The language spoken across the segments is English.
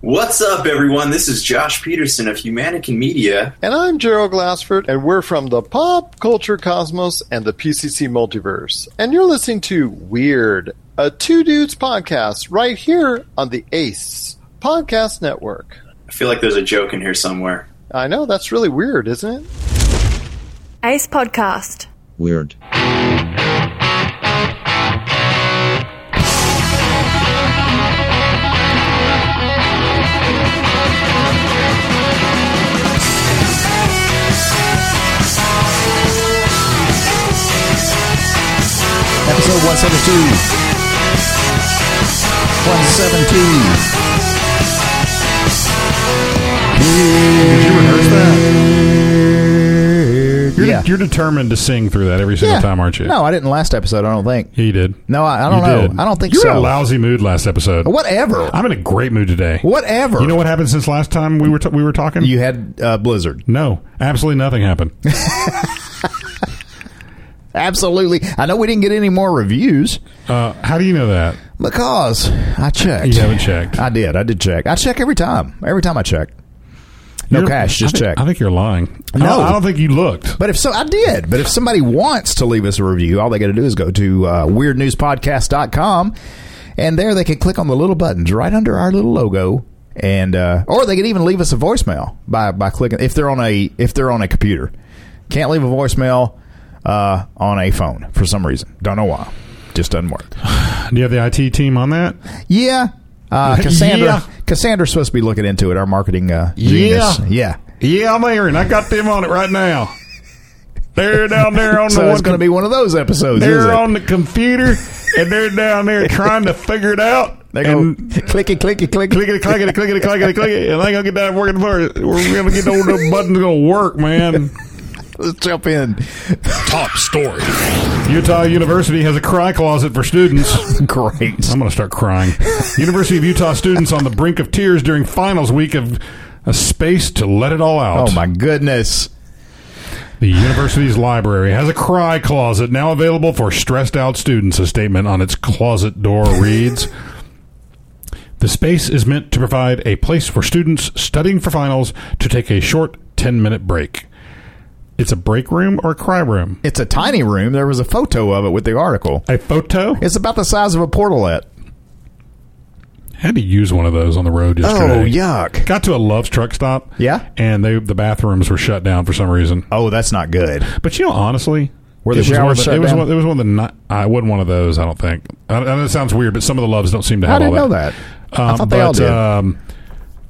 What's up, everyone? This is Josh Peterson of Humanican Media. And I'm Gerald Glassford, and we're from the Pop Culture Cosmos and the PCC Multiverse. And you're listening to Weird, a Two Dudes podcast right here on the ACE Podcast Network. I feel like there's a joke in here somewhere. I know, that's really weird, isn't it? Ace Podcast. Weird. Episode 172. 172. Did you rehearse that? You're, Yeah. you're determined to sing through that every single time, aren't you? No, I didn't last episode, I don't think. He did. No, I, I don't You know. did. I don't think you so. were in a lousy mood last episode. Whatever. I'm in a great mood today. Whatever. You know what happened since last time we were t- we were talking? You had uh, Blizzard. no, absolutely nothing happened. Absolutely. I know we didn't get any more reviews uh, how do you know that? because I checked. You haven't checked. I did. I did check. I check every time. Every time I check. No You're- cash, just I think, check. I think you're lying. I No. don't- I don't think you looked. But if so, I did. But if somebody wants to leave us a review, all they got to do is go to uh, weirdnewspodcast.com, and there they can click on the little buttons right under our little logo. And uh, or they can even leave us a voicemail by, by clicking if they're on a if they're on a computer. Can't leave a voicemail uh, on a phone for some reason. Don't know why. Just doesn't work. Do you have the IT team on that? Yeah, uh, Cassandra. Yeah. Cassandra's supposed to be looking into it. Our marketing uh, genius. Yeah. Yeah. Yeah, I'm Aaron. I got them on it right now. They're down there on the So one it's going to be one of those episodes. is They're it? on the computer and they're down there trying to figure it out. They go and clicky clicky clicky clickety clickety clickety clickety clickety, and they gonna get that working for it. We're gonna get those little buttons gonna work, man. Let's jump in. Top story: Utah University has a cry closet for students. Great. I'm gonna start crying. University of Utah students on the brink of tears during finals week of a space to let it all out. Oh my goodness. The university's library has a cry closet now available for stressed out students. A statement on its closet door reads The space is meant to provide a place for students studying for finals to take a short 10 minute break. It's a break room or a cry room? It's a tiny room. There was a photo of it with the article. A photo? It's about the size of a portalette. had to use one of those on the road yesterday. yuck. Got to a Love's truck stop. Oh, Yeah? And they the bathrooms were shut down for some reason. Oh, that's not good. But you know, honestly, Were the it was showers one of shut it was down? One, it was one of the. Not, I wasn't one of those. I don't think. I, I know it sounds weird, but some of the loves don't seem to I have didn't all know that. Um, that. I thought they but, all did. Um,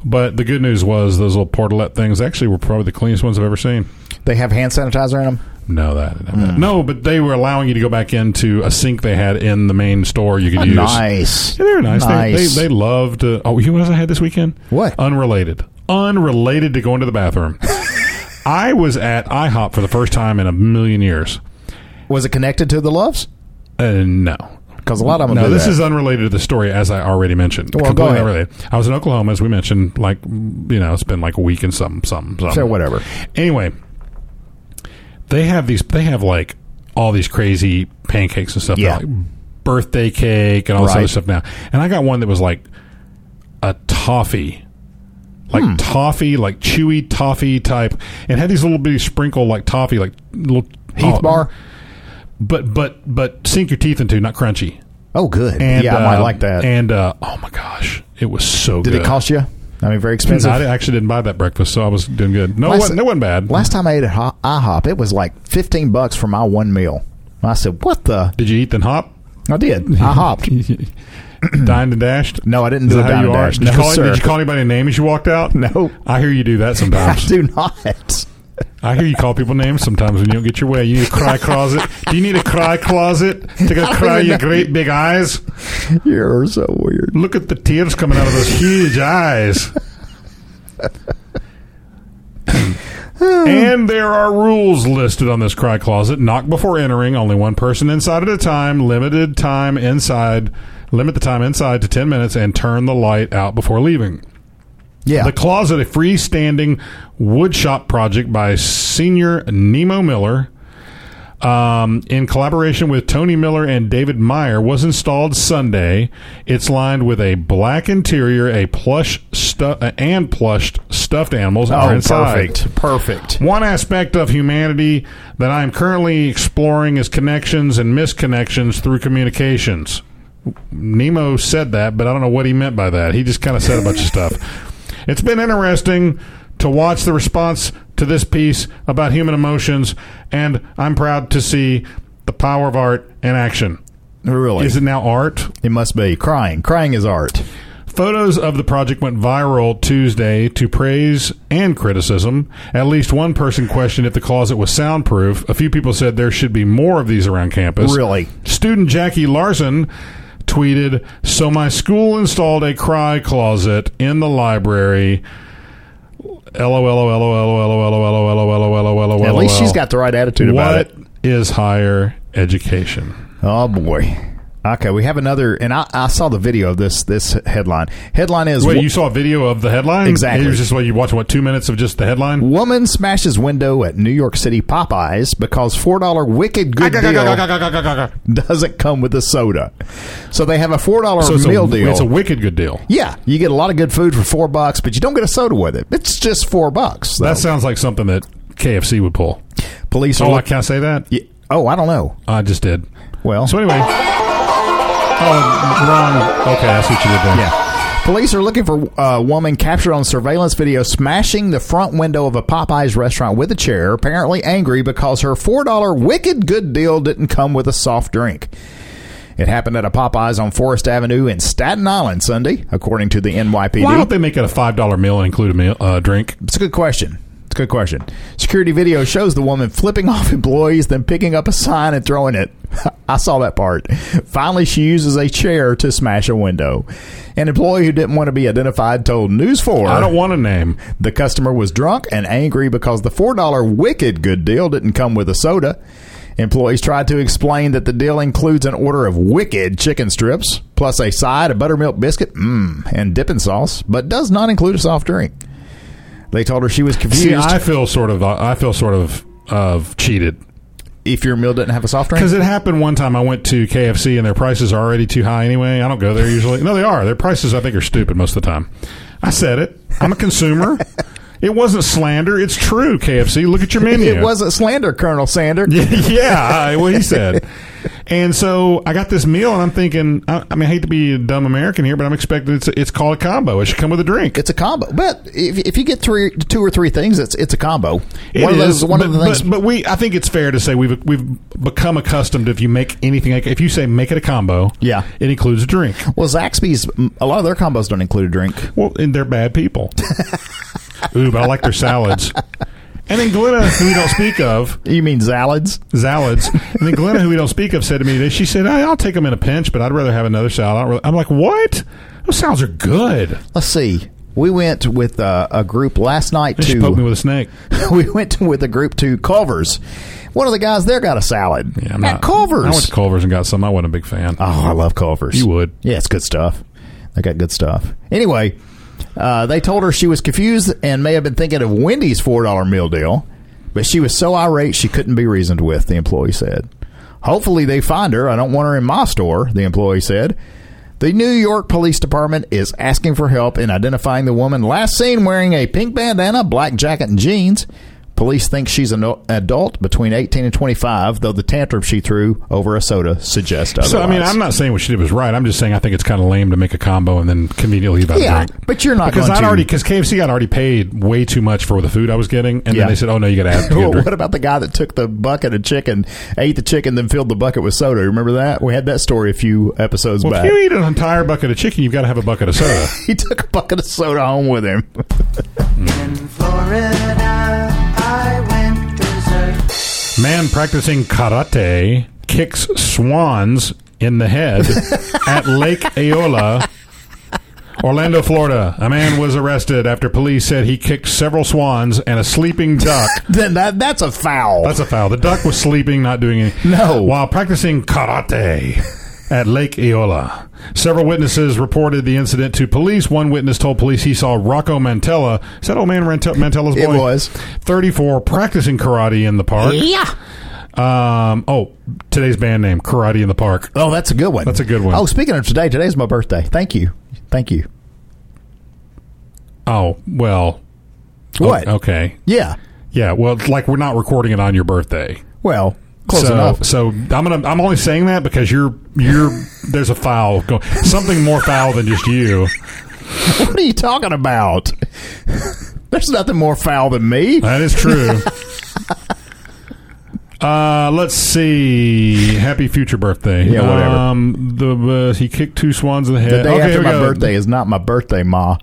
but the good news was those little portalette things actually were probably the cleanest ones I've ever seen. They have hand sanitizer in them. No, that, that- Mm. no, but they were allowing you to go back into a sink they had in the main store. You could use. Uh, Nice. Yeah, they were nice. They- They, they, loved. Uh, oh, you know what else I had this weekend? What? Unrelated. Unrelated to going to the bathroom. I was at IHOP for the first time in a million years. was it connected to the loves? Uh, no. Because a lot of them. No, do this that. is unrelated to the story, as I already mentioned. Well, go Completely ahead. unrelated. I was in Oklahoma, as we mentioned. Like, you know, it's been like a week and something, something, something. so whatever. Anyway, they have these. They have like all these crazy pancakes and stuff. Yeah. Like birthday cake and all Right. this other stuff now. And I got one that was like a toffee. Like Hmm. toffee, like chewy toffee type, and had these little bitty sprinkle like toffee, like little Heath oh, bar. but but but sink your teeth into, not crunchy. Oh, good. And, yeah, I might uh, like that. And uh, oh my gosh, it was so Did good. it cost you? I mean, very No, expensive. I actually didn't buy that breakfast, so I was doing good. No, it Last- wasn't, it wasn't bad. Last time I ate at Ho- IHOP, it was like fifteen bucks for my one meal. I said, "What the?" Did you eat then hop? I did. I hopped. Dined and dashed? No, I didn't Is do that a how dine you and are? dash. Did, you No, call, sir. did you call anybody a name as you walked out? No. I hear you do that I sometimes. do not. I hear you call people names sometimes when you don't get your way. You need a cry closet. Do you need a cry closet to go don't cry even your know. great big eyes? You're so weird. Look at the tears coming out of those huge eyes. and there are rules listed on this cry closet. Knock before entering, only one person inside at a time, limited time inside, limit the time inside to 10 minutes, and turn the light out before leaving. Yeah. The Closet, a freestanding woodshop project by senior Nemo Miller. um, in collaboration with Tony Miller and David Meyer, was installed Sunday. It's lined with a black interior, a plush stu- uh, and plushed stuffed animals are Oh, inside. perfect. Perfect. One aspect of humanity that I am currently exploring is connections and misconnections through communications. Nemo said that, but I don't know what he meant by that. He just kind of said a bunch of stuff. It's been interesting to watch the response to this piece about human emotions, and I'm proud to see the power of art in action. Really. Is it now art? It must be. Crying. Crying is art. Photos of the project went viral Tuesday to praise and criticism. At least one person questioned if the closet was soundproof. A few people said there should be more of these around campus. Really? Student Jackie Larson tweeted So my school installed a cry closet in the library. LOL. At least she's got the right attitude about it. What is higher education? Oh boy. Okay, we have another, and I, I saw the video of this. This headline. Headline is Wait, you saw a video of the headline? Exactly. It was just what you watch, what, two minutes of just the headline? woman smashes window at New York City Popeyes because four dollar wicked good deal So doesn't come with a soda. So they have a four dollar it's meal a, deal. It's a wicked good deal. yeah, you get a lot of good food for four bucks, but you don't get a soda with it. It's just four bucks. though. That sounds like something that KFC would pull. police are. Oh, I look- can not say that? Yeah. oh, I don't know. I just did. Well, So anyway. Oh, wrong. Okay, I see what you did there. Yeah. Police are looking for a woman captured on surveillance video smashing the front window of a Popeyes restaurant with a chair, apparently angry because her $4 wicked good deal didn't come with a soft drink. It happened at a Popeyes on Forest Avenue in Staten Island Sunday, according to the NYPD. Why don't they make it a five dollar meal and include a meal, uh, drink? It's a good question. It's a good question. Security video shows the woman flipping off employees, then picking up a sign and throwing it. I saw that part. Finally, she uses a chair to smash a window. An employee who didn't want to be identified told News 4 I don't want a name. the customer was drunk and angry because the $4 wicked good deal didn't come with a soda. Employees tried to explain that the deal includes an order of wicked chicken strips, plus a side of buttermilk biscuit, mmm, and dipping sauce, but does not include a soft drink. They told her she was confused See, I feel sort of, uh, I feel sort of, of cheated if your meal didn't have a soft drink. because it happened one time. I went to KFC and their prices are already too high anyway. I don't go there usually. No, they are. Their prices, I think, are stupid most of the time. I said it. I'm a consumer. it wasn't slander. It's true. KFC, look at your menu. It wasn't slander, Colonel Sander. yeah, I, what he said. And so I got this meal, and I'm thinking, I, I mean, I hate to be a dumb American here, but I'm expecting it's it's called a combo. It should come with a drink. It's a combo, but if, if you get three, two or three things, it's it's a combo. one It of those, is, one but, of the things. But, but we, I think it's fair to say we've we've become accustomed. If you make anything, like, if you say make it a combo, Yeah. it includes a drink. well, Zaxby's, a lot of their combos don't include a drink. Well, and they're bad people. Ooh, but I like their salads. And then Glenna, who we don't speak of, You mean salads? salads. And then Glenna, who we don't speak of, said to me that she said, I, "I'll take them in a pinch, but I'd rather have another salad." I don't really- I'm like, "What? Those salads are good." Let's see. We went with uh, a group last night And she poked me to. with a snake. we went to, with a group to Culver's. One of the guys there got a salad Yeah, at Culver's. I went to Culver's and got some. I wasn't a big fan. Oh, I love Culver's. You would. Yeah, it's good stuff. They got good stuff. Anyway, uh, they told her she was confused and may have been thinking of Wendy's $4 meal deal, but she was so irate she couldn't be reasoned with, the employee said. Hopefully they find her. I don't want her in my store, the employee said. The New York Police Department is asking for help in identifying the woman last seen wearing a pink bandana, black jacket, and jeans. Police think she's an adult between 18 and 25, though the tantrum she threw over a soda suggests otherwise. So I mean, I'm not saying what she did was right. I'm just saying I think it's kind of lame to make a combo and then conveniently leave out Yeah, a drink. but you're not because going I to- already because KFC had already paid way too much for the food I was getting, and Yeah. then they said, "Oh no, you got to add." to your Well, drink." what about the guy that took the bucket of chicken, ate the chicken, then filled the bucket with soda? Remember that? We had that story a few episodes Well, back. if you eat an entire bucket of chicken, you've got to have a bucket of soda. he took a bucket of soda home with him. In Florida, I went berserk. Man practicing karate kicks swans in the head at Lake Aola, Orlando, Florida. A man was arrested after police said he kicked several swans and a sleeping duck. then that, that's a foul. That's a foul. The duck was sleeping, not doing anything. No. While practicing karate at Lake Eola. Several witnesses reported the incident to police. One witness told police he saw Rocco Mantella. Is that old man Rante- Mantella's boy? It was. 34 practicing karate in the park. Yeah. Um, oh, today's band name, Karate in the Park. Oh, that's a good one. That's a good one. Oh, speaking of today, today's my birthday. Thank you. Thank you. Oh, well. o- What? okay. Yeah. Yeah, well, it's like we're not recording it on your birthday. Well, close so, enough. So I'm gonna. I'm only saying that because you're you're. there's a foul. Go, something more foul than just you. What are you talking about? There's nothing more foul than me. That is true. Uh, let's see. Happy future birthday. Yeah, whatever. Um, the uh, he kicked two swans in the head. The day okay, here after we my go. birthday is not my birthday, Ma.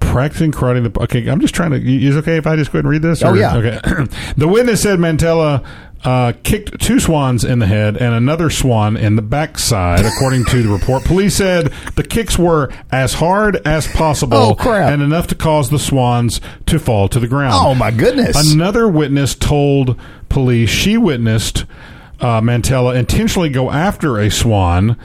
practicing karate. in The okay, I'm just trying to. Is it okay if I just go ahead and read this? Oh, yeah. Okay. the witness said Mantella uh, kicked two swans in the head and another swan in the backside, according to the report. Police said the kicks were as hard as possible Oh, crap. and enough to cause the swans to fall to the ground. Oh my goodness. Another witness told police she witnessed uh, Mantella intentionally go after a swan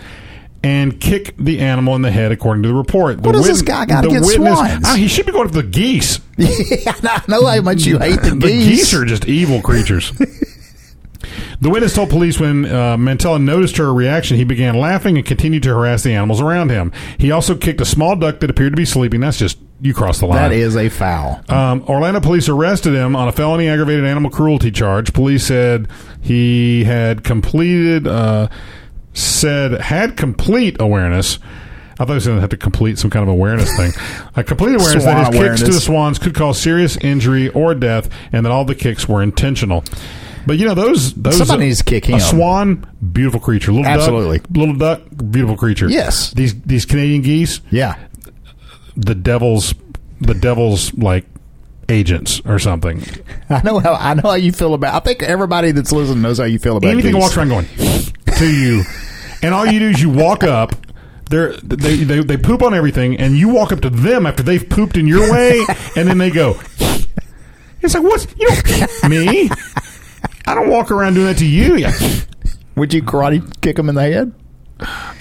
and kick the animal in the head, according to the report. The What does this guy got the against witness- swans? Ah, he should be going after the geese. yeah, I know how much you hate the, The geese, are just evil creatures. the witness told police when uh, Mantella noticed her reaction, he began laughing and continued to harass the animals around him. He also kicked a small duck that appeared to be sleeping. That's just you crossed the line. That is a foul. Um, Orlando police arrested him on a felony aggravated animal cruelty charge. Police said he had completed, uh, said had complete awareness. I thought he was going to have to complete some kind of awareness thing. A complete awareness Swan that his awareness. kicks to the swans could cause serious injury or death, and that all the kicks were intentional. But you know those those Somebody needs to kick him. A swan, beautiful creature. Little Absolutely. duck, little duck, beautiful creature. Yes. these these Canadian geese Yeah. the devil's the devil's like agents or something. I know how I know how you feel about I think everybody that's listening knows how you feel about Anything geese. that walks around going to you, and all you do is you walk up. They're, they, they they poop on everything, and you walk up to them after they've pooped in your way, and then they go. It's like what's you don't me. I don't walk around doing that to you. Would you karate kick them in the head?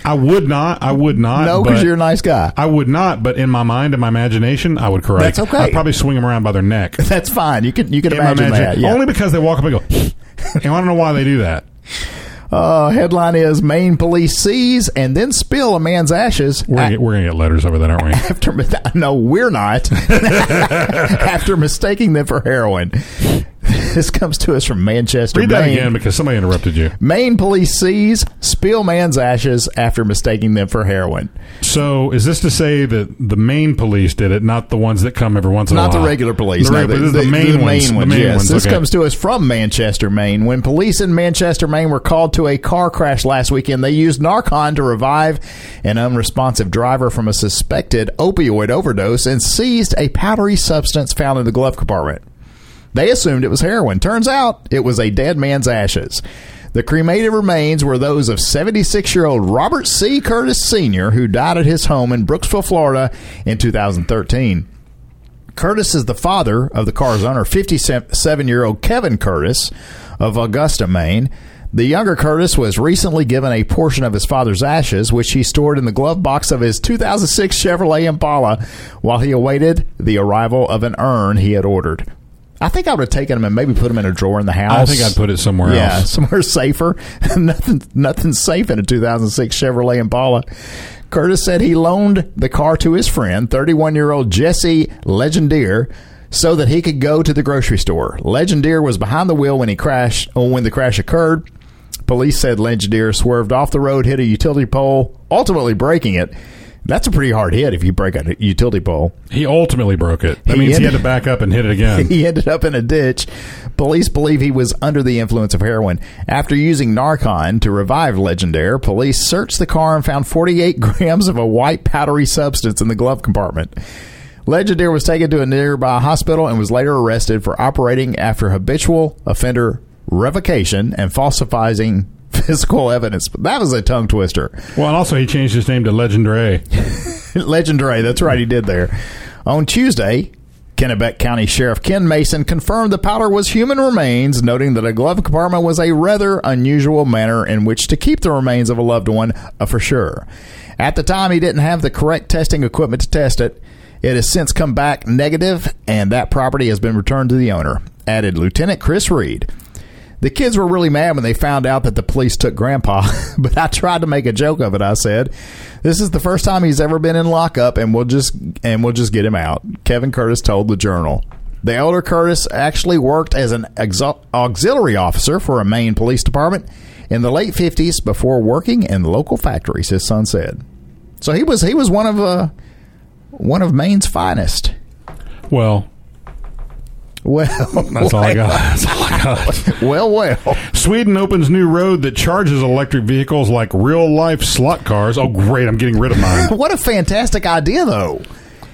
I would not. I would not. No, because Uh, but- you're a nice guy. I would not. But in my mind, and my imagination, I would correct. That's okay. I'd probably swing them around by their neck. That's fine. You can you can in my imagine, that. imagination. Yeah. Only because they walk up and go, and I don't know why they do that. uh, headline is Maine police seize and then spill a man's ashes. We're, gonna at- get, we're gonna get letters over that, aren't we? after mis- no, we're not. after mistaking them for heroin. This comes to us from Manchester, Read that Maine. again because somebody interrupted you. Maine police seize spill man's ashes after mistaking them for heroin. So is this to say that the Maine police did it, not the ones that come every once in a Not while? the regular police. The no, regular- this is the Maine ones. The Maine yes. ones, This okay. comes to us from Manchester, Maine. When police in Manchester, Maine were called to a car crash last weekend, they used Narcan to revive an unresponsive driver from a suspected opioid overdose and seized a powdery substance found in the glove compartment. They assumed it was heroin. Turns out it was a dead man's ashes. The cremated remains were those of 76 year old Robert C. Curtis Sr., who died at his home in Brooksville, Florida in 2013. Curtis is the father of the car's owner, 57 year old Kevin Curtis of Augusta, Maine. The younger Curtis was recently given a portion of his father's ashes, which he stored in the glove box of his 2006 Chevrolet Impala while he awaited the arrival of an urn he had ordered. I think I would have taken him and maybe put him in a drawer in the I house. think I'd put it somewhere yeah, else. somewhere safer. nothing, nothing safe in a 2006 Chevrolet Impala. Curtis said he loaned the car to his friend, 31 year old Jesse Legendier, so that he could go to the grocery store. Legendier was behind the wheel when he crashed. Or when the crash occurred, police said Legendier swerved off the road, hit a utility pole, ultimately breaking it. That's a pretty hard hit if you break a utility pole. He ultimately broke it. That He means he had ended- to back up and hit it again. He ended up in a ditch. Police believe he was under the influence of heroin. After using Narcan to revive Legendaire, police searched the car and found 48 grams of a white powdery substance in the glove compartment. Legendaire was taken to a nearby hospital and was later arrested for operating after habitual offender revocation and falsifying physical evidence. But that was a tongue twister. Well, and also he changed his name to Legendary. Legendary. That's right, he did there. On Tuesday, Kennebec County Sheriff Ken Mason confirmed the powder was human remains, noting that a glove compartment was a rather unusual manner in which to keep the remains of a loved one uh, for sure. At the time, he didn't have the correct testing equipment to test it. It has since come back negative, and that property has been returned to the owner, added Lieutenant Chris Reed. The kids were really mad when they found out that the police took Grandpa, but I tried to make a joke of it. I said, "This is the first time he's ever been in lockup, and we'll just and we'll just get him out." Kevin Curtis told the Journal. The elder Curtis actually worked as an exo- auxiliary officer for a Maine police department in the late fifties before working in local factories. His son said, "So he was he was one of uh, one of Maine's finest." Well, Well, that's all I got. That's all I got. Well, well. Sweden opens new road that charges electric vehicles like real life slot cars. Oh, great! I'm getting rid of mine. What a fantastic idea, though.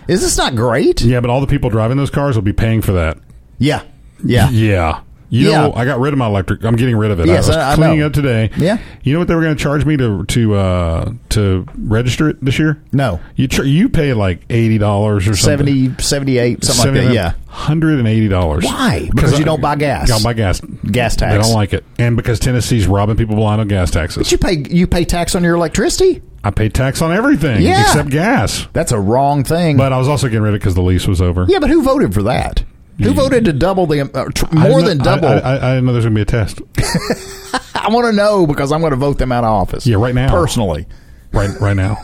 Is this not great? yeah, but all the people driving those cars will be paying for that. Yeah. Yeah. Yeah. You Yeah. know, I got rid of my electric. I'm getting rid of it. Yes, I was I- I cleaning know. up today. Yeah. You know what they were going to charge me to to uh, to register it this year? No. You char- you pay like eighty dollars or something. 70, 78, something like that. Yeah. hundred and eighty dollars. Why? Because you don't buy gas. You don't buy gas. Gas They tax. don't like it, and because Tennessee's robbing people blind on gas taxes. But you pay you pay tax on your electricity? I pay tax on everything Yeah. except gas. That's a wrong thing. But I was also getting rid of it because the lease was over. yeah, but who voted for that? Who voted to double the uh, tr- I more than didn't know- double? I, I, I, I didn't know there's going to be a test. want to know because I'm going to vote them out of office. Yeah, right now. personally. right, right now.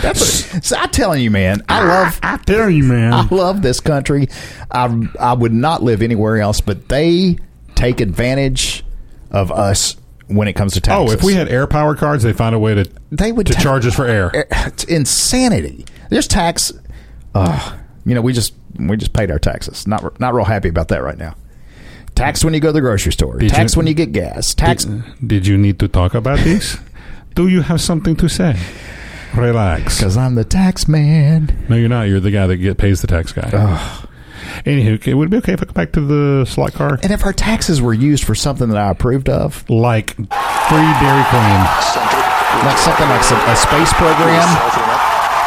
That's what, so I'm telling you, man. I love I tell you, man. I love this country. I I would not live anywhere else, but they take advantage of us when it comes to Oh, taxes. if we had air power cards, they find a way to they would to ta- Eh, charge us for air. It's insanity. There's tax. Uh, you know, we just we just paid our taxes. Not re- not real happy about that right now. Tax when you go to the grocery store. Did tax you- when you get gas. Tax. Did you need to talk about this? Do you have something to say? Relax. Because I'm the tax man. No, you're not. You're the guy that get, pays the tax guy. Anywho, c- would it be okay if I go back to the slot car? And if our taxes were used for something that I approved of, Like free Dairy Queen. like something like some, a space program,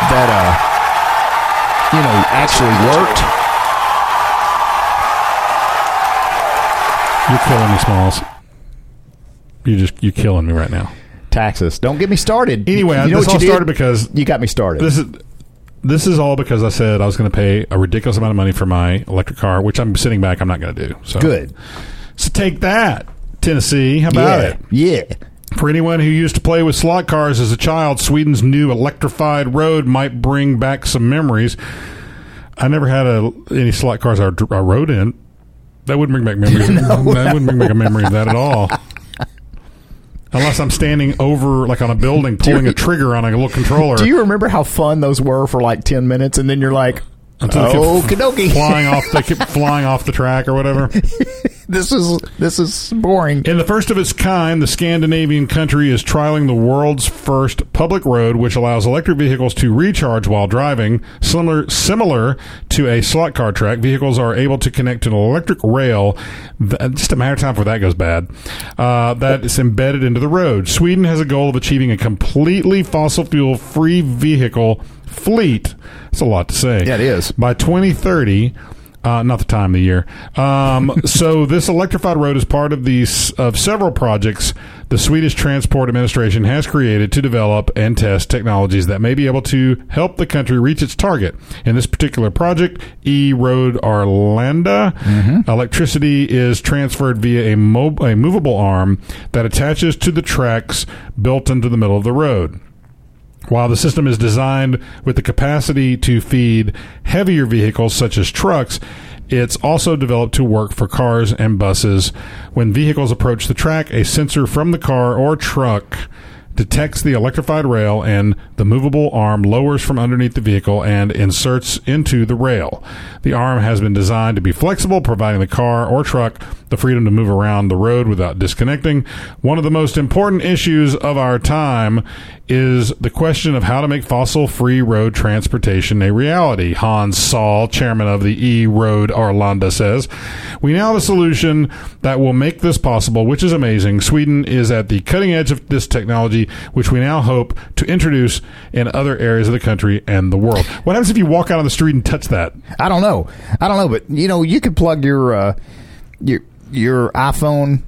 that uh you know actually worked You're killing me, Smalls. You're just you're killing me right now. taxes don't get me started Anyway, you know what this all you did? started because you got me started this is this is all because I said I was going to pay a ridiculous amount of money for my electric car, which I'm sitting back. I'm not going to do. So good So take that, Tennessee. How about yeah it? yeah For anyone who used to play with slot cars as a child, Sweden's new electrified road might bring back some memories. I never had a, any slot cars I, dr- I rode in. That wouldn't bring back memories. that wouldn't bring back a memory of that at all. Unless I'm standing over, like on a building, pulling a trigger on a little controller. do you remember how fun those were for like 10 minutes and then you're like until they kept okie dokie flying off, they kept flying off the track or whatever. this is this is boring In the first of its kind, the Scandinavian country is trialing the world's first public road, which allows electric vehicles to recharge while driving. Similar, similar to a slot car track, vehicles are able to connect to an electric rail. th- just a matter of time before that goes bad. Uh, that is embedded into the road. Sweden has a goal of achieving a completely fossil fuel free vehicle fleet. That's a lot to say. Yeah, it is. By 2030, uh, not the time of the year. Um, so this electrified road is part of these of several projects the Swedish Transport Administration has created to develop and test technologies that may be able to help the country reach its target. In this particular project, E Road Arlanda, Mm-hmm. electricity is transferred via a, mo- a movable arm that attaches to the tracks built into the middle of the road. While the system is designed with the capacity to feed heavier vehicles such as trucks, it's also developed to work for cars and buses. When vehicles approach the track, a sensor from the car or truck detects the electrified rail and the movable arm lowers from underneath the vehicle and inserts into the rail. The arm has been designed to be flexible, providing the car or truck the freedom to move around the road without disconnecting. One of the most important issues of our time is the question of how to make fossil free road transportation a reality, Hans Saul, chairman of the E Road Arlanda, says. We now have a solution that will make this possible, which is amazing. Sweden is at the cutting edge of this technology, which we now hope to introduce in other areas of the country and the world. What happens if you walk out on the street and touch that? I don't know. I don't know, but you know, you could plug your uh, your your iPhone.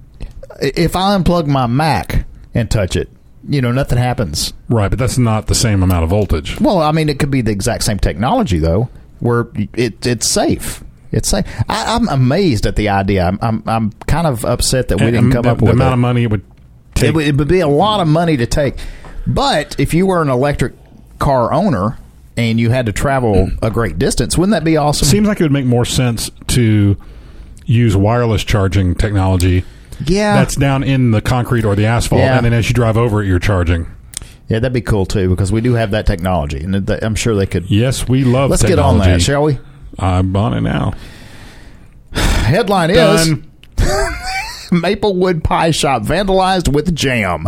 I- If I unplug my Mac and touch it, you know, nothing happens. Right, but that's not the same amount of voltage. Well, I mean, it could be the exact same technology though, where it it's safe. It's like I, I'm amazed at the idea. I'm I'm, I'm kind of upset that we didn't come the, up the with amount it. of money it would It, take. would, it would be a lot of money to take. But if you were an electric car owner and you had to travel a great distance, wouldn't that be awesome? seems like it would make more sense to use wireless charging technology yeah, that's down in the concrete or the asphalt, Ah. Yeah. and then as you drive over it, you're charging. yeah, that'd be cool too because we do have that technology, and th- I'm sure they could. Yes, we love. Let's technology. get on that, shall we? I'm on it now. Headline is. Done. Maplewood Pie Shop vandalized with jam.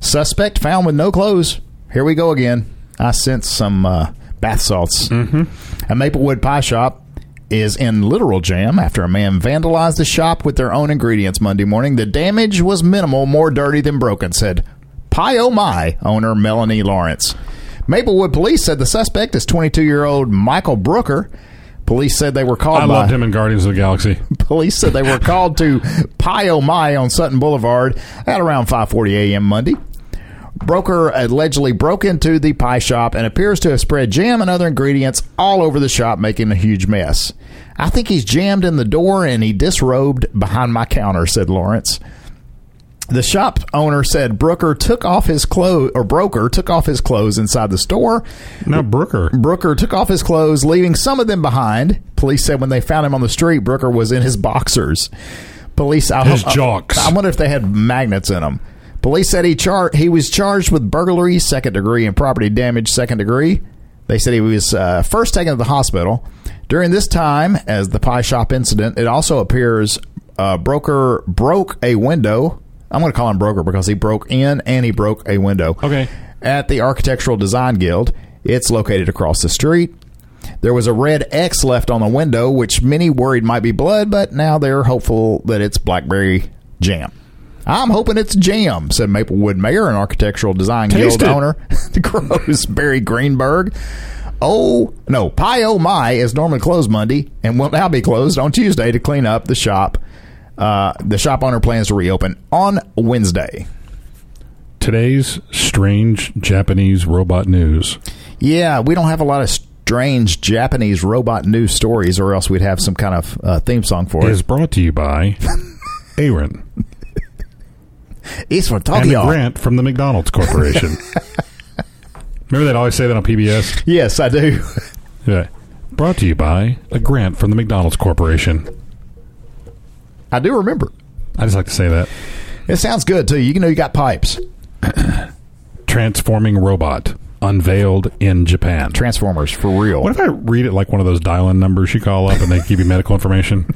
Suspect found with no clothes. Here we go again. I sense some uh, bath salts. Mm-hmm. A Maplewood Pie Shop is in literal jam after a man vandalized the shop with their own ingredients Monday morning. The damage was minimal, more dirty than broken, said Pie Oh My owner Melanie Lawrence. Maplewood police said the suspect is 22 year old Michael Brooker. Police said they were called I by loved him in Guardians of the Galaxy. Police said they were called to Pio Mai on Sutton Boulevard at around 5:40 a.m. Monday. Broker allegedly broke into the pie shop and appears to have spread jam and other ingredients all over the shop, making a huge mess. I think he's jammed in the door and he disrobed behind my counter," said Lawrence. The shop owner said Brooker took off his clothes, or Broker took off his clothes inside the store, Now Brooker. Brooker took off his clothes, leaving some of them behind. Police said when they found him on the street, Brooker was in his boxers. Police, I, His I- jocks. I, wonder if they had magnets in them. Police said he char- he was charged with burglary, second degree, and property damage, second degree. They said he was uh, first taken to the hospital. During this time, as the pie shop incident, it also appears uh, Broker broke a window. I'm going to call him Broker because he broke in and he broke a window Okay. at the Architectural Design Guild. It's located across the street. There was a red X left on the window, which many worried might be blood, but now they're hopeful that it's blackberry jam. I'm hoping it's jam, said Maplewood Mayor and Architectural Design Taste Guild it. owner Gross Barry Greenberg. Oh no, Pie Oh My is normally closed Monday and will now be closed on Tuesday to clean up the shop. Uh, the shop owner plans to reopen on Wednesday. Today's strange Japanese robot news. Yeah, we don't have a lot of strange Japanese robot news stories, or else we'd have some kind of uh, theme song for is it. brought to you by Aaron It's for and a Tokyo. grant from the McDonald's Corporation. Remember that always say that on PBS? Yes, I do. Yeah. Brought to you by a grant from the McDonald's Corporation. I do remember. I just like to say that. It sounds good too. You can know you got pipes. Transforming robot unveiled in Japan. Transformers for real. what if I read it like one of those dial-in numbers you call up and they give you medical information?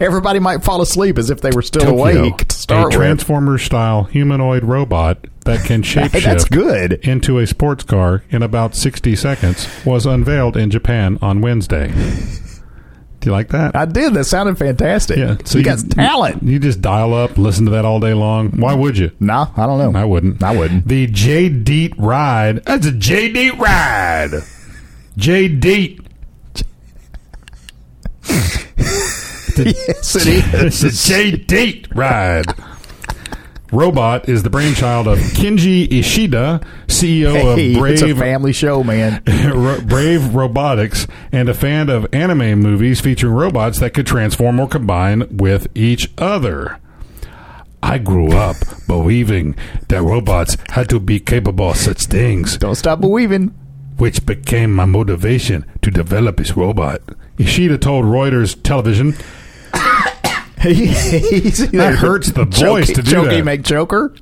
Everybody might fall asleep as if they were still Tokyo, awake to start a with. Transformer-style humanoid robot that can shapeshift Hey, that's good. into a sports car in about 60 seconds was unveiled in Japan on Wednesday. Do you like that? I did. That sounded fantastic. you, got talent. You just dial up, listen to that all day long. Why would you? nah, I don't know. I wouldn't. I wouldn't. The J Deet ride. That's a J Deet ride. J Deet. yes, it is. It's a J Deet ride. Robot is the brainchild of Kenji Ishida, CEO Hey, of it's a Brave family show, man. Ro- Brave Robotics and a fan of anime movies featuring robots that could transform or combine with each other. I grew up believing that robots had to be capable of such things, Don't stop believing. which became my motivation to develop this robot. Ishida told Reuters television, that hurts the voice to do Jokey that. make Joker.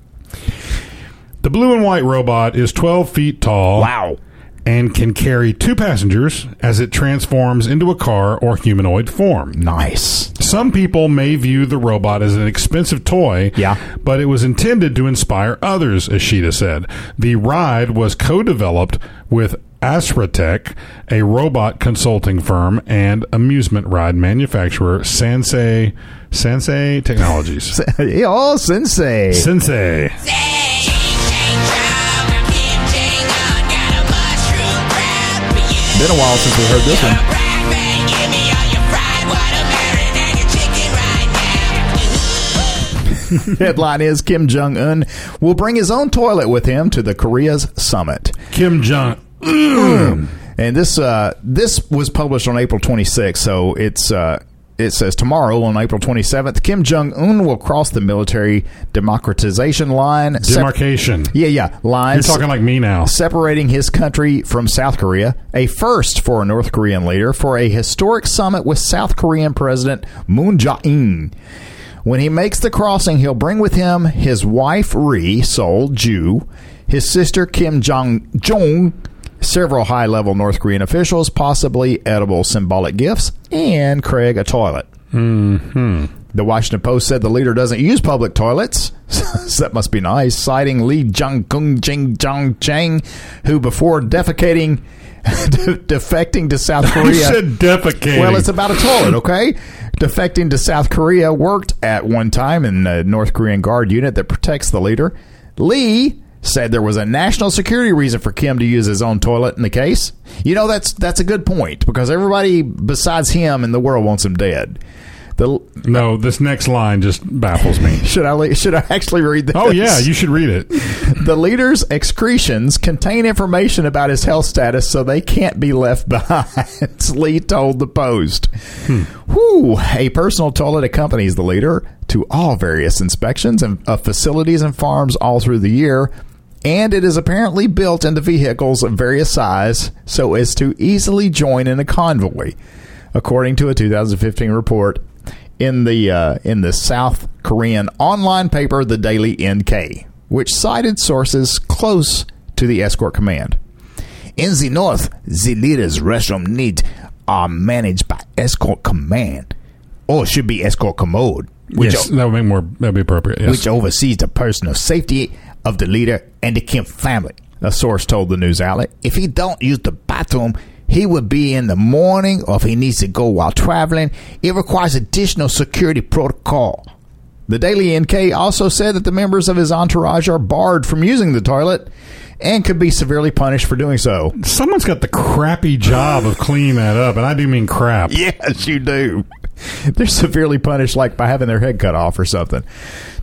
The blue and white robot is 12 feet tall. Wow. And can carry two passengers as it transforms into a car or humanoid form. Nice. Some people may view the robot as an expensive toy, Yeah. but it was intended to inspire others, Ishida said. The ride was co developed with Asratech, a robot consulting firm and amusement ride manufacturer, Sansei, Sansei Technologies. oh, sensei. Sensei. Been a while since we heard this one. Headline is Kim Jong Un will bring his own toilet with him to the Korea's summit. Kim Jong. And this uh, this was published on April 26th, so it's uh, it says tomorrow on April 27th, Kim Jong Un will cross the military democratization line. sep- Demarcation. yeah, yeah, You're lines talking like me now. separating his country from South Korea, a first for a North Korean leader for a historic summit with South Korean President Moon Jae-in. When he makes the crossing, he'll bring with him his wife Ri, Seoul Jew, his sister Kim Jong Jong, several high-level North Korean officials, possibly edible symbolic gifts, and Craig a toilet. The Washington Post said the leader doesn't use public toilets, so that must be nice, citing Lee Jung Kung Jing Jong Chang, who before defecating, defecting to South You Korea. said defecating. uh, Well, it's about a toilet, okay? Defecting to South Korea, worked at one time in the North Korean guard unit that protects the leader. Lee said there was a national security reason for Kim to use his own toilet in the case. You know, that's that's a good point because everybody besides him in the world wants him dead. The, no, this next line just baffles me. should I le- should I actually read this? Oh yeah, you should read it. the leader's excretions contain information about his health status, so they can't be left behind. Lee told the Post. Hmm. Whew, a personal toilet accompanies the leader to all various inspections and of facilities and farms all through the year. And it is apparently built into vehicles of various size so as to easily join in a convoy, according to a 2015 report in the uh, in the South Korean online paper, the Daily NK, which cited sources close to the escort command. In the north, the leaders' restroom needs are managed by escort command, or should be escort commode, which, yes, that would make more. That'd be appropriate. Yes. which oversees the personal safety of the leader and the Kim family. A source told the news outlet, "If he don't use the bathroom." He would be in the morning, or if he needs to go while traveling, it requires additional security protocol. The Daily NK also said that the members of his entourage are barred from using the toilet and could be severely punished for doing so. Someone's got the crappy job of cleaning that up, and I do mean crap. Yes, you do. They're severely punished, like by having their head cut off or something.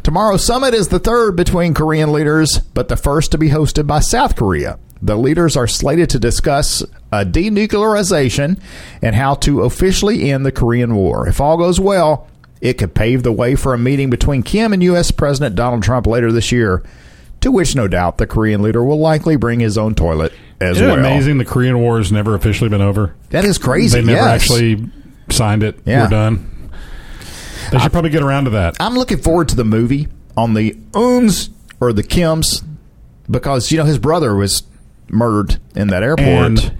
Tomorrow's summit is the third between Korean leaders, but the first to be hosted by South Korea. The leaders are slated to discuss uh, denuclearization and how to officially end the Korean War. If all goes well, it could pave the way for a meeting between Kim and U.S. President Donald Trump later this year, to which no doubt the Korean leader will likely bring his own toilet as Isn't it well. amazing the Korean War has never officially been over? That is crazy. They never yes. actually signed it. Yeah. We're done. They should probably get around to that. I'm looking forward to the movie on the Uns or the Kims because you know his brother was murdered in that airport. And-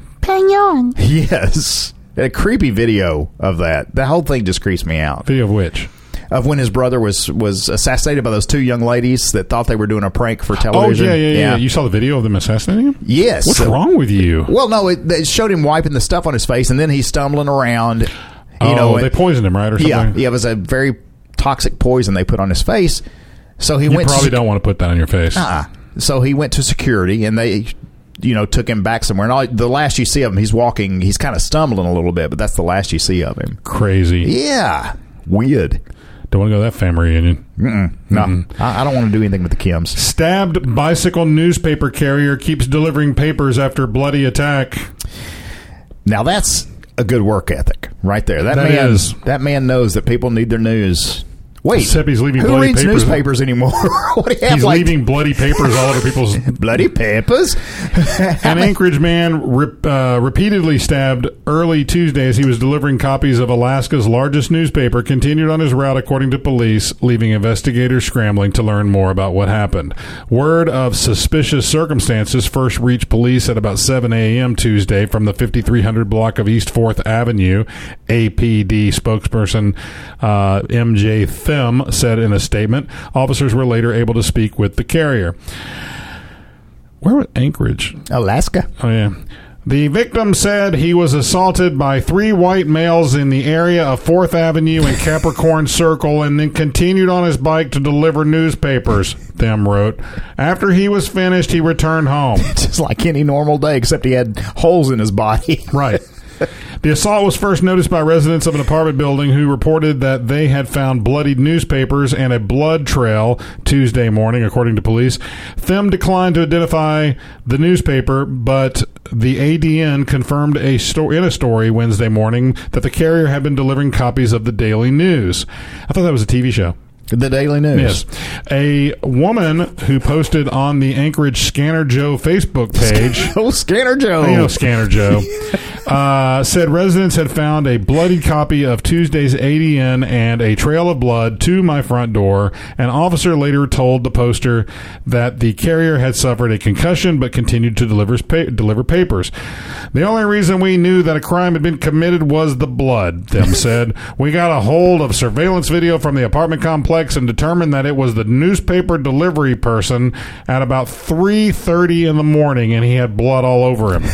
yes. A creepy video of that. The whole thing just creeps me out. Video of which? Of when his brother was was assassinated by those two young ladies that thought they were doing a prank for Oh television. yeah, yeah, yeah, yeah. You saw the video of them assassinating him? yes. What's wrong with you? Well, no, it, it showed him wiping the stuff on his face, and then he's stumbling around. You oh, know, they and- poisoned him, right, or something? yeah, yeah, it was a very toxic poison they put on his face. So he You went. probably to, don't want to put that on your face. Uh-uh. So he went to security, and they, you know, took him back somewhere. And all, the last you see of him, he's walking. He's kind of stumbling a little bit, but that's the last you see of him. Crazy. Yeah, weird. Don't want to go to that family reunion. No, Mm-hmm. I, I don't want to do anything with the Kims. Stabbed bicycle newspaper carrier keeps delivering papers after bloody attack. Now that's a good work ethic right there. That, That man, is. that man knows that people need their news. Wait, Seppi's leaving who bloody reads papers. newspapers anymore? what do you have He's like leaving bloody papers all over people's. bloody papers? An Anchorage man rep, uh, repeatedly stabbed early Tuesday as he was delivering copies of Alaska's largest newspaper. Continued on his route, according to police, leaving investigators scrambling to learn more about what happened. Word of suspicious circumstances first reached police at about 7 a.m. Tuesday from the 5300 block of East Fourth Avenue. APD spokesperson uh, MJ Them said in a statement. Officers were later able to speak with the carrier. Where was Anchorage? Alaska. Oh yeah. The victim said he was assaulted by three white males in the area of Fourth Avenue and Capricorn Circle and then continued on his bike to deliver newspapers, Them wrote. After he was finished, he returned home. Just like any normal day, except he had holes in his body. Right. The assault was first noticed by residents of an apartment building who reported that they had found bloodied newspapers and a blood trail Tuesday morning, according to police. Them declined to identify the newspaper, but the ADN confirmed a sto- in a story Wednesday morning that the carrier had been delivering copies of the Daily News. I thought that was a TV show. The Daily News. Yes. A woman who posted on the Anchorage Scanner Joe Facebook page. Oh, Scanner Joe. You know, Scanner Joe uh, said residents had found a bloodied copy of Tuesday's ADN and a trail of blood to my front door. An officer later told the poster that the carrier had suffered a concussion but continued to deliver, pa- deliver papers. The only reason we knew that a crime had been committed was the blood, them said. We got a hold of surveillance video from the apartment complex and determined that it was the newspaper delivery person at about 3.30 in the morning and he had blood all over him.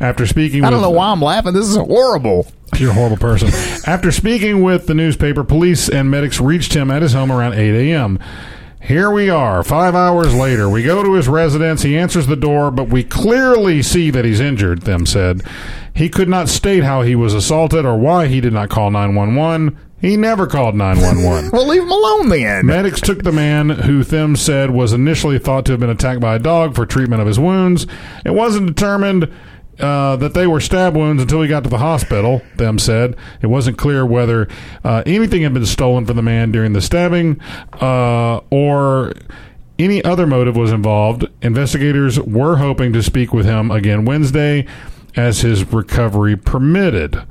After speaking I with don't know why I'm laughing. This is horrible. you're a horrible person. After speaking with the newspaper, police and medics reached him at his home around 8 a.m. Here we are, five hours later. We go to his residence. He answers the door, but we clearly see that he's injured, them said. He could not state how he was assaulted or why he did not call 911. He never called 911. Well, leave him alone then. Medics took the man who Them said was initially thought to have been attacked by a dog for treatment of his wounds. It wasn't determined uh, that they were stab wounds until he got to the hospital, Them said. It wasn't clear whether uh, anything had been stolen from the man during the stabbing uh, or any other motive was involved. Investigators were hoping to speak with him again Wednesday as his recovery permitted.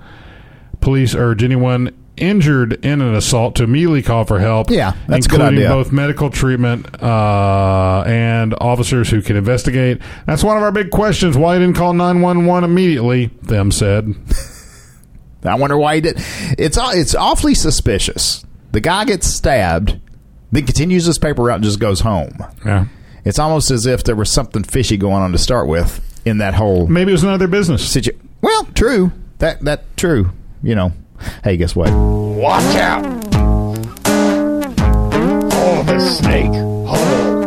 Police urge anyone injured in an assault to immediately call for help. Yeah, that's a good including idea. both medical treatment uh, and officers who can investigate. That's one of our big questions. Why didn't call nine one one immediately? Them said. I wonder why he did. It's aw- it's awfully suspicious. The guy gets stabbed, then continues his paper route and just goes home. Yeah, It's almost as if there was something fishy going on to start with in that whole maybe it was none of their business. situ. Well, true. That that true. You know. Hey, guess what? Watch out! Oh, the snake hole.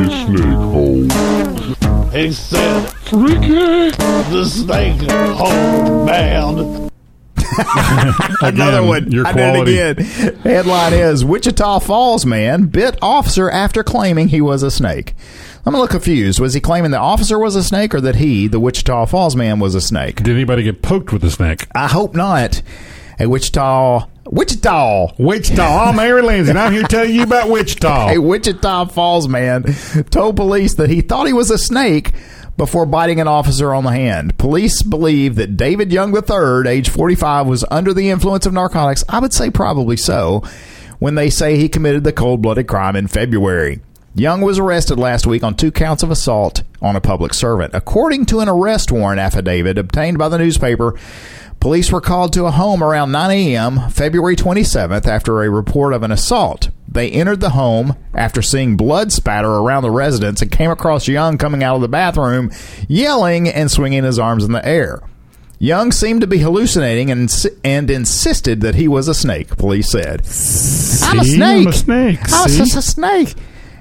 The snake hole. He said, Freaky! The snake hole man. Another one. your I quality. did it again. Headline is Wichita Falls man bit officer after claiming he was a snake. I'm a little confused. Was he claiming the officer was a snake or that he, the Wichita Falls man, was a snake? Did anybody get poked with a snake? I hope not. A Wichita, Wichita, Wichita, I'm Mary Lindsay, and I'm here telling you about Wichita. a Wichita Falls man told police that he thought he was a snake before biting an officer on the hand. Police believe that David Young III, age 45, was under the influence of narcotics. I would say probably so when they say he committed the cold blooded crime in February. Young was arrested last week on two counts of assault on a public servant. According to an arrest warrant affidavit obtained by the newspaper, police were called to a home around 9 a.m. February 27th after a report of an assault. They entered the home after seeing blood spatter around the residence and came across Young coming out of the bathroom, yelling and swinging his arms in the air. Young seemed to be hallucinating and, and insisted that he was a snake, police said. I'm a See? snake. I'm a snake. I was See? just a snake.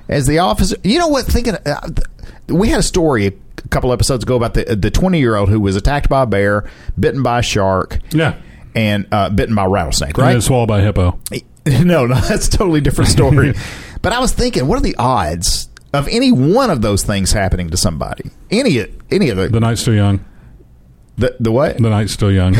As the officer, you know what? Thinking, uh, th- we had a story a couple episodes ago about the the twenty year old who was attacked by a bear, bitten by a shark, yeah, and uh, bitten by a rattlesnake. right. Right? swallowed by a hippo. no, no, that's a totally different story. but I was thinking, what are the odds of any one of those things happening to somebody? Any, any of The the night's still young. the, the what? The night's still young.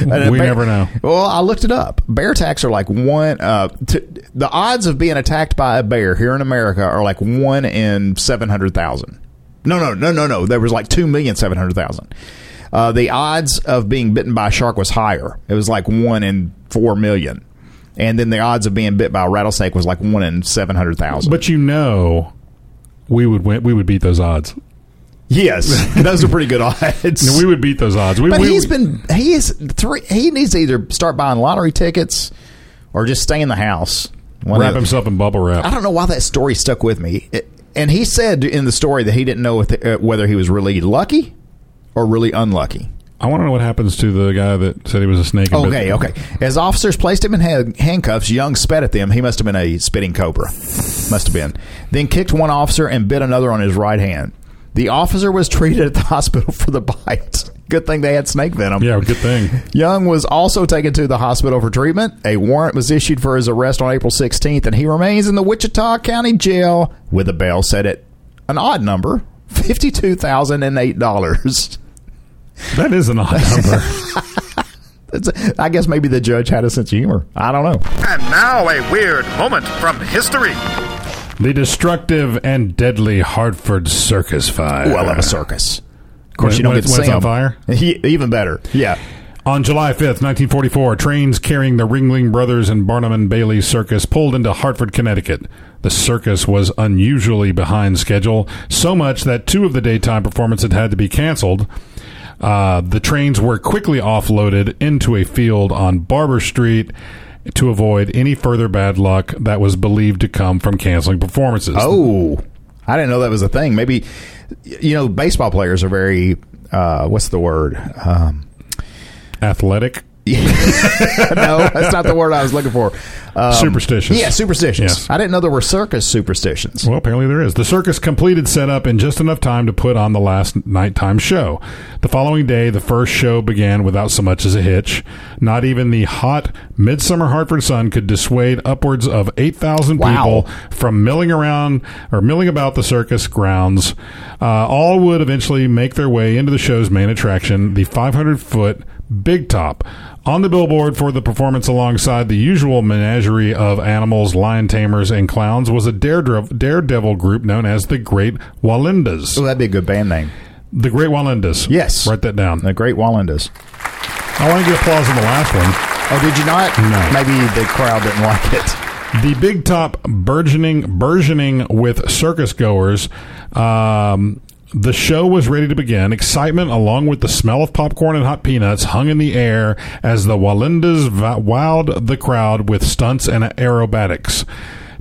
And we Uh, bear- never know. Well, I looked it up. Bear attacks are like one. Uh, t- the odds of being attacked by a bear here in America are like one in seven hundred thousand. No, no, no, no, no. There was like two million seven hundred thousand. Uh, the odds of being bitten by a shark was higher. It was like one in four million, and then the odds of being bit by a rattlesnake was like one in seven hundred thousand. But you know, we would win. We would beat those odds. yes, those are pretty good No, odds. we would beat those odds. We, But we, he's been he is three. He needs to either start buying lottery tickets or just stay in the house. One wrap of- himself in bubble I wrap. don't know why that story stuck with me. It- and he said in the story that he didn't know if uh, whether he was really lucky or really unlucky. I want to know what happens to the guy that said he was a snake. and Okay, bit- okay. As officers placed him in hand- handcuffs, Young spat at them. He must have been a spitting cobra. Must have been. Then kicked one officer and bit another on his right hand. The officer was treated at the hospital for the bite. Good thing they had snake venom. Yeah, good thing. Young was also taken to the hospital for treatment. A warrant was issued for his arrest on April 16th, and he remains in the Wichita County Jail with a bail set at an odd number $52,008. That is an odd number. It's- I guess maybe the judge had a sense of humor. I don't know. And now a weird moment from history. the destructive and deadly Hartford Circus Fire. Ooh, I love a circus. Of course, When- you don't when get to it's- when see it's on 'em. fire? He- even better. Yeah. On July 5th, 1944, trains carrying the Ringling Brothers and Barnum and Bailey Circus pulled into Hartford, Connecticut. The circus was unusually behind schedule, so much that two of the daytime performances had to be canceled. Uh, the trains were quickly offloaded into a field on Barber Street to avoid any further bad luck that was believed to come from canceling performances. Oh, I didn't know that was a thing. Maybe you know, baseball players are very uh, what's the word? Um, Athletic. no, that's not the word I was looking for. Um, Superstitious. Yeah, superstitions. Yes. I didn't know there were circus superstitions. Well, apparently there is. The circus completed setup in just enough time to put on the last nighttime show. The following day, the first show began without so much as a hitch. Not even the hot midsummer Hartford sun could dissuade upwards of 8,000 Wow. people from milling around or milling about the circus grounds. Uh, all would eventually make their way into the show's main attraction, the 500 foot Big Top. On the billboard for the performance alongside the usual menagerie of animals, lion tamers, and clowns was a daredevil, daredevil group known as the Great Oh, Wallendas. that'd be a good band name. The Great Wallendas. Yes. Write that down. The Great Wallendas. I want to get applause on the last one. Oh, did you not? No. Maybe the crowd didn't like it. the big top burgeoning burgeoning with circus goers um, the show was ready to begin. Excitement, along with the smell of popcorn and hot peanuts, hung in the air as the Walendas va- wowed the crowd with stunts and aerobatics.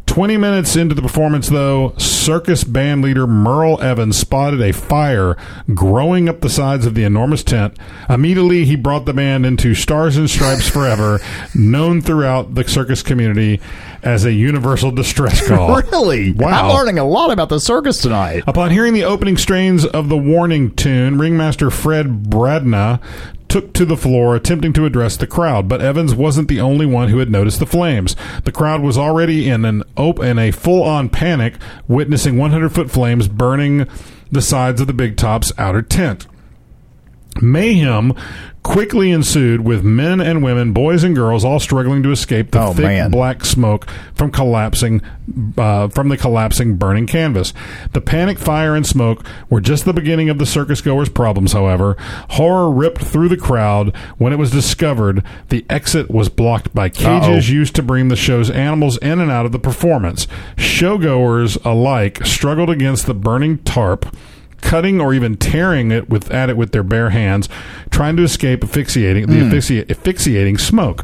20 minutes into the performance, though, circus band leader Merle Evans spotted a fire growing up the sides of the enormous tent. Immediately, he brought the band into Stars and Stripes Forever, known throughout the circus community as a universal distress call. Really? Oh. Wow. I'm learning a lot about the circus tonight. Upon hearing the opening strains of the warning tune, ringmaster Fred Bradna took to the floor attempting to address the crowd, but Evans wasn't the only one who had noticed the flames. The crowd was already in an op- in a full-on panic, witnessing 100-foot flames burning the sides of the Big Top's outer tent. Mayhem quickly ensued with men and women, boys and girls, all struggling to escape the Oh, thick man. black smoke from collapsing uh, from the collapsing burning canvas. The panic, fire, and smoke were just the beginning of the circus goers' problems. However, horror ripped through the crowd when it was discovered the exit was blocked by cages Uh-oh. used to bring the show's animals in and out of the performance. Showgoers alike struggled against the burning tarp, cutting or even tearing it with at it with their bare hands, trying to escape asphyxiating the asphyxi- asphyxiating smoke.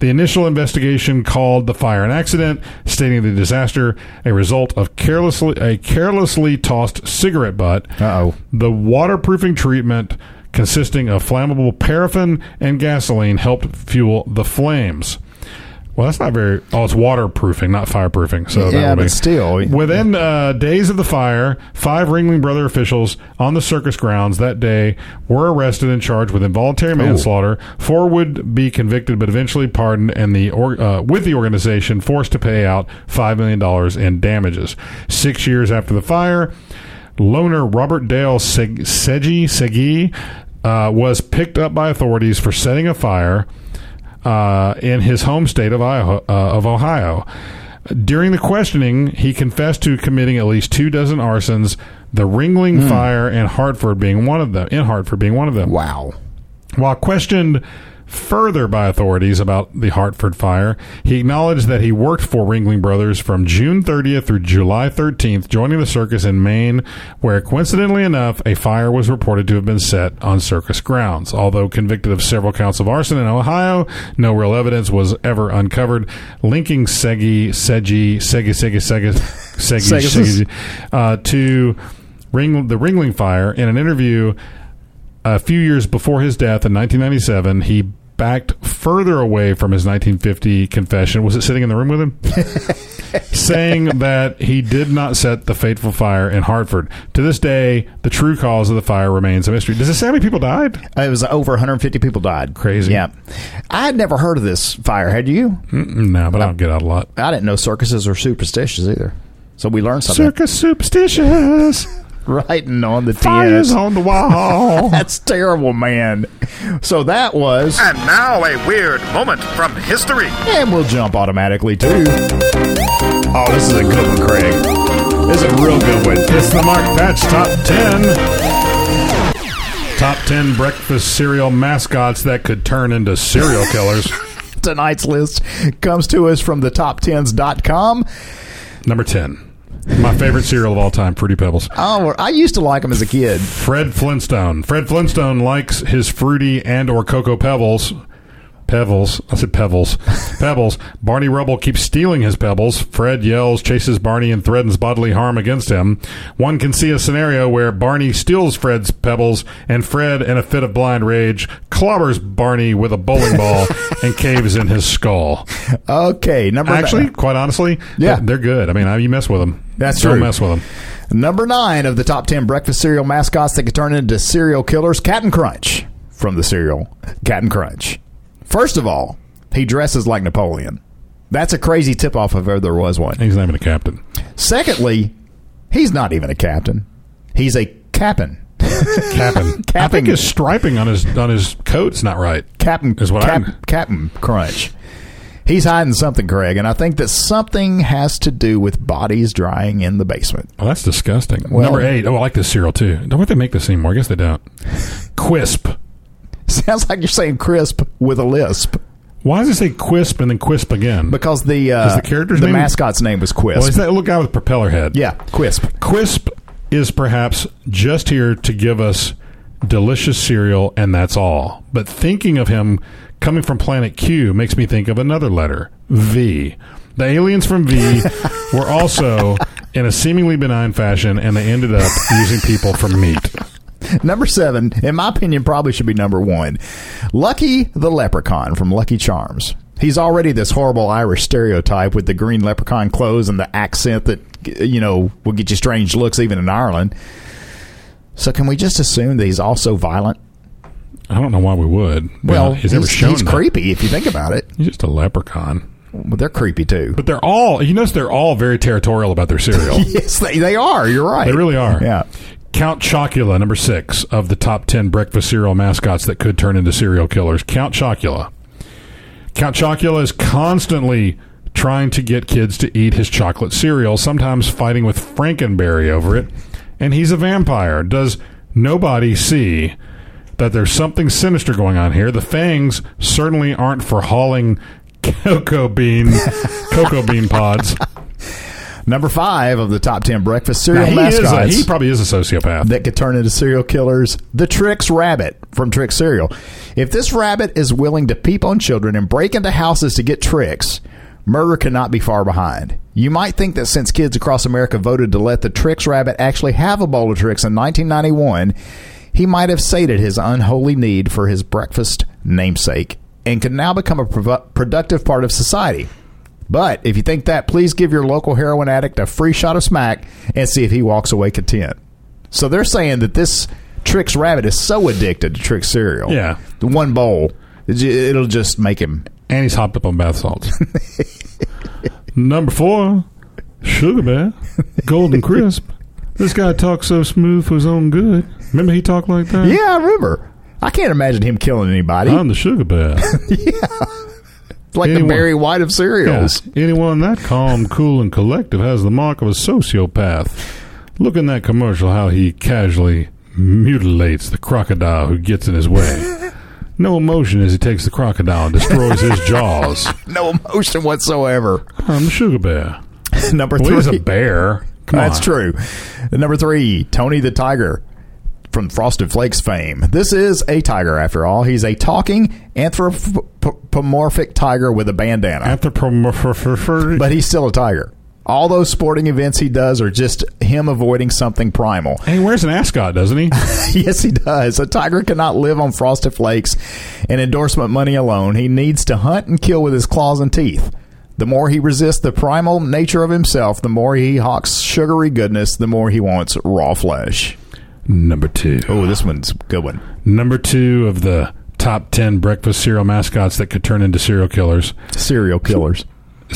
The initial investigation called the fire an accident, stating the disaster a result of carelessly a carelessly tossed cigarette butt. Uh-oh. The waterproofing treatment consisting of flammable paraffin and gasoline helped fuel the flames. Well, that's not very. Oh, it's waterproofing, not fireproofing. So that Yeah, would but be- still. Within uh, days of the fire, five Ringling Brother officials on the circus grounds that day were arrested and charged with involuntary manslaughter. Four would be convicted, but eventually pardoned, and the or, uh, with the organization forced to pay out five million dollars in damages. Six years after the fire, loner Robert Dale Seg- Segi Segi uh, was picked up by authorities for setting a fire uh, in his home state of Ohio, uh, of Ohio. During the questioning, he confessed to committing at least two dozen arsons, the Ringling Fire and Hartford being one of them. In Hartford being one of them. Wow. While questioned further by authorities about the Hartford fire, he acknowledged that he worked for Ringling Brothers from June 30th through July 13th, joining the circus in Maine, where coincidentally enough, a fire was reported to have been set on circus grounds. Although convicted of several counts of arson in Ohio, no real evidence was ever uncovered linking Segi, Segi, Segi, Segi, Segi, Segi, Segis. Segi uh, to Ring, the Ringling Fire in an interview a few years before his death in 1997, he backed further away from his 1950 confession. Was it sitting in the room with him? saying that he did not set the fateful fire in Hartford. To this day, the true cause of the fire remains a mystery. Does it say how many people died? It was over 150 people died. Crazy. Yeah. I had never heard of this fire. Had you? Mm-mm, no, but I don't get out a lot. I didn't know circuses are superstitious either. So we learned something. Circus superstitious. Writing on the Fire's TS. on the wall. That's terrible, man. So that was, And now a weird moment from history. and we'll jump automatically to. Oh, this is a good one, Craig. This is a real good one. It's the Mark Patch Top 10. Top 10 breakfast cereal mascots that could turn into serial killers. Tonight's list comes to us from the top10s.com. Number 10. My favorite cereal of all time, Fruity Pebbles. Oh, I used to like them as a kid. Fred Flintstone. Fred Flintstone likes his fruity and or cocoa pebbles. Pebbles. I said pebbles. Pebbles. Barney Rubble keeps stealing his pebbles. Fred yells, chases Barney, and threatens bodily harm against him. One can see a scenario where Barney steals Fred's pebbles, and Fred, in a fit of blind rage, clobbers Barney with a bowling ball and caves in his skull. Okay, number Actually, quite honestly, Yeah. they're good. I mean, I- you mess with them. That's Don't true. mess with them. Number nine of the top ten breakfast cereal mascots that could turn into serial killers, Cat and Crunch from the cereal Cat and Crunch. First of all, he dresses like Napoleon. That's a crazy tip off if ever there was one. He's not even a captain. Secondly, he's not even a captain. He's a captain. Captain. I think Captain. his striping on his on his coat's not right. Captain Is what Cap- I'm- Captain Crunch. He's hiding something, Craig, and I think that something has to do with bodies drying in the basement. Well, that's disgusting. Well- Number eight. Oh, I like this cereal too. Don't think they make this anymore. I guess they don't. Quisp. Sounds like you're saying crisp with a lisp Why does it say Quisp and then Quisp again? because the uh, Is the character's name- mascot's name was Quisp. well, is that little guy with the propeller head? Yeah, Quisp. Quisp is perhaps just here to give us delicious cereal, and that's all. But thinking of him coming from Planet Q makes me think of another letter V. The aliens from V were also in a seemingly benign fashion, and they ended up using people for meat. Number seven, in my opinion, probably should be number one. Lucky the Leprechaun from Lucky Charms. He's already this horrible Irish stereotype with the green leprechaun clothes and the accent that, you know, will get you strange looks even in Ireland. So can we just assume that he's also violent? I don't know why we would. Well, he's never he's, shown he's that. creepy if you think about it. He's just a leprechaun. Well, they're creepy too. But they're all, you notice they're all very territorial about their cereal. Yes, they, they are. You're right. They really are. Yeah. Count Chocula, number six of the top 10 breakfast cereal mascots that could turn into serial killers. Count Chocula. Count Chocula is constantly trying to get kids to eat his chocolate cereal, sometimes fighting with Frankenberry over it. And he's a vampire. Does nobody see that there's something sinister going on here? The fangs certainly aren't for hauling cocoa bean cocoa bean pods. Number five of the top ten breakfast cereal Now, he, is a, mascots. he probably is a sociopath. that could turn into serial killers. The Trix Rabbit from Trix Cereal. If this rabbit is willing to peep on children and break into houses to get tricks, murder cannot be far behind. You might think that since kids across America voted to let the Trix Rabbit actually have a bowl of tricks in 1991, he might have sated his unholy need for his breakfast namesake and could now become a prov- productive part of society. But if you think that, please give your local heroin addict a free shot of smack and see if he walks away content. So they're saying that this Trix Rabbit is so addicted to Trix cereal. Yeah. The one bowl, it ju- it'll just make him. and he's hopped up on bath salts. Number four, Sugar Bear, Golden Crisp. This guy talks so smooth for his own good. Remember he talked like that? Yeah, I remember. I can't imagine him killing anybody. I'm the Sugar Bear. like the anyone- Barry White of cereals. Yeah. Anyone that calm, cool, and collective has the mark of a sociopath. Look in that commercial how he casually mutilates the crocodile who gets in his way. No emotion as he takes the crocodile and destroys his jaws. No emotion whatsoever. I'm the Sugar Bear. Number Well, three. he's a bear. Come That's on. true. Number three, Tony the Tiger from Frosted Flakes fame. This is a tiger, after all. He's a talking anthropomorphic tiger with a bandana, Anthropomorphic. but he's still a tiger. All those sporting events he does are just him avoiding something primal. And he wears an ascot, doesn't he? yes, he does. A tiger cannot live on frosted flakes and endorsement money alone. He needs to hunt and kill with his claws and teeth. The more he resists the primal nature of himself, the more he hawks sugary goodness, the more he wants raw flesh. Number two. Oh, this one's a good one. Number two of the top 10 breakfast cereal mascots that could turn into serial killers. Serial killers.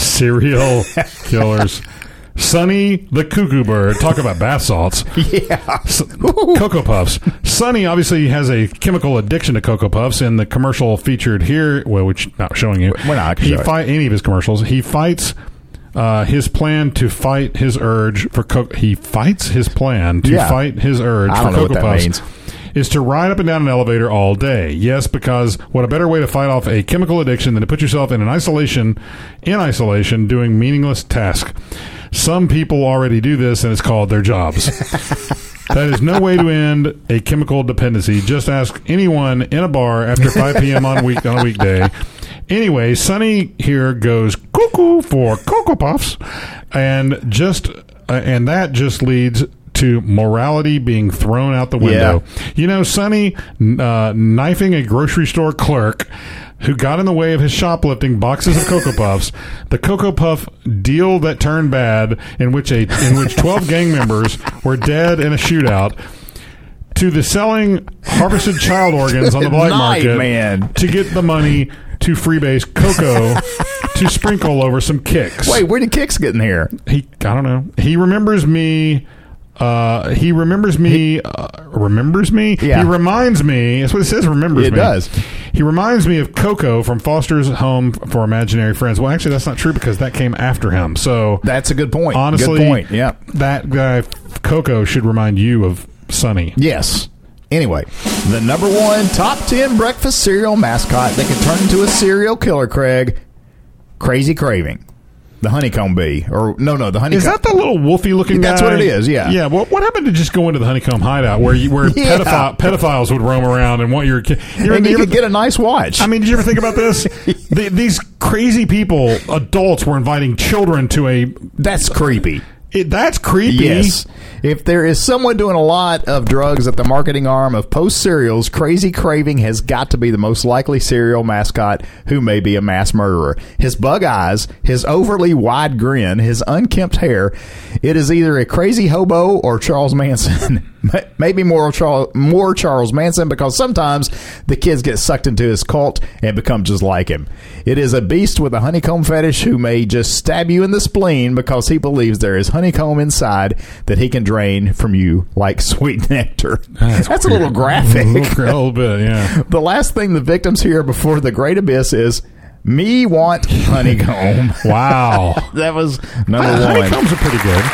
Serial killers. Sonny the Cuckoo Bird. Talk about bath salts. Yeah. S- Cocoa Puffs. Sonny obviously has a chemical addiction to Cocoa Puffs, and the commercial featured here, well, which not showing you. We're not He showing. fight any of his commercials. He fights uh, his plan to fight his urge for co- he fights his plan to Yeah. fight his urge I for don't know Cocoa what that Puffs. means. Is to ride up and down an elevator all day. Yes, because what a better way to fight off a chemical addiction than to put yourself in an isolation, in isolation, doing meaningless task. Some people already do this, and it's called their jobs. That is no way to end a chemical dependency. Just ask anyone in a bar after 5 p.m. on week on a weekday. Anyway, Sonny here goes cuckoo for Cocoa Puffs, and just uh, and that just leads to morality being thrown out the window. You know, Sonny uh, knifing a grocery store clerk who got in the way of his shoplifting boxes of Cocoa Puffs. The Cocoa Puff deal that turned bad, in which a in which twelve gang members were dead in a shootout. To the selling harvested child organs on the black Night, market man. to get the money to freebase Cocoa to sprinkle over some kicks. Wait, where did kicks get in here? He, I don't know. He remembers me. Uh, he remembers me. uh, remembers me. Yeah. He reminds me. That's what it says. Remembers It me. does. He reminds me of Coco from Foster's Home for Imaginary Friends. Well, actually, that's not true because that came after him. So That's a good point. honestly, good point. Yeah. that guy Coco should remind you of Sonny. Yes. Anyway, the number one top ten breakfast cereal mascot that could turn into a serial killer, Craig. Crazy craving. The honeycomb bee. Or no no the honeycomb Is that the little wolfy looking guy? That's what it is, yeah. Yeah. What what happened to just going to the honeycomb hideout where you, where Yeah. pedophile, pedophiles would roam around and want your kid? You and ever- you you could ever- get a nice watch. I mean, did you ever think about this? the, these crazy people, adults, were inviting children to a. that's creepy. It, that's creepy. Yes. If there is someone doing a lot of drugs at the marketing arm of Post Cereals, Crazy Craving has got to be the most likely cereal mascot who may be a mass murderer. His bug eyes, his overly wide grin, his unkempt hair, it is either a crazy hobo or Charles Manson. Maybe more Charles, more Charles Manson because sometimes the kids get sucked into his cult and become just like him. It is a beast with a honeycomb fetish who may just stab you in the spleen because he believes there is honeycomb inside that he can drain from you like sweet nectar. That's, Mm-hmm. a little graphic. A little, gra- a little bit, yeah. the last thing the victims hear before the great abyss is, "Me want honeycomb." Wow. that was number one. Honeycombs are pretty good.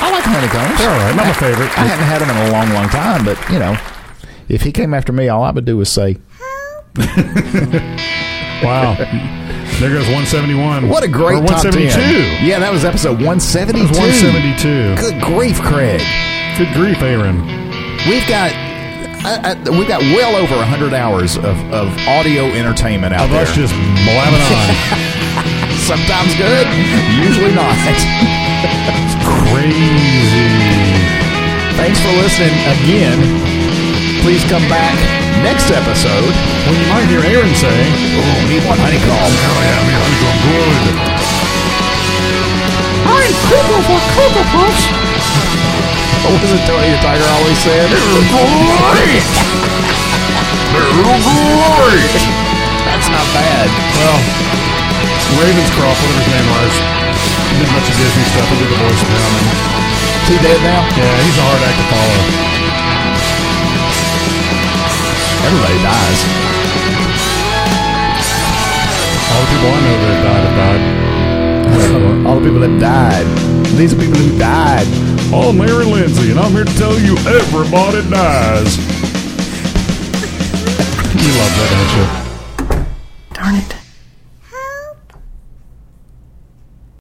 I like honeycombs. They're all right. Not my favorite. I hadn't had them in a long, long time, but you know, if he came after me, all I would do was say, Wow. There goes 171. "What a Or great top 172. 10. Yeah, that was episode one seventy two. 172. Good grief, Craig. Good grief, Aaron. We've got. I, I, we've got well over 100 hours of, of audio entertainment out Of there. us just blabbing on. Sometimes good, usually not. Crazy. Thanks for listening again. Please come back next episode. Well, you might hear Aaron say, Oh, we want honeycomb. What was it Tony the Tiger always said? Great! They're great! That's not bad. well, Ravenscroft, whatever his name was, did much of Disney stuff. He did the voice of him. And Is he dead now? yeah, he's a hard act to follow. Everybody dies. All the people I know that have died have died. All the people that died. These are people who died. Oh, Mary Lindsay, and I'm here to tell you everybody dies. you love that, don't you? Darn it.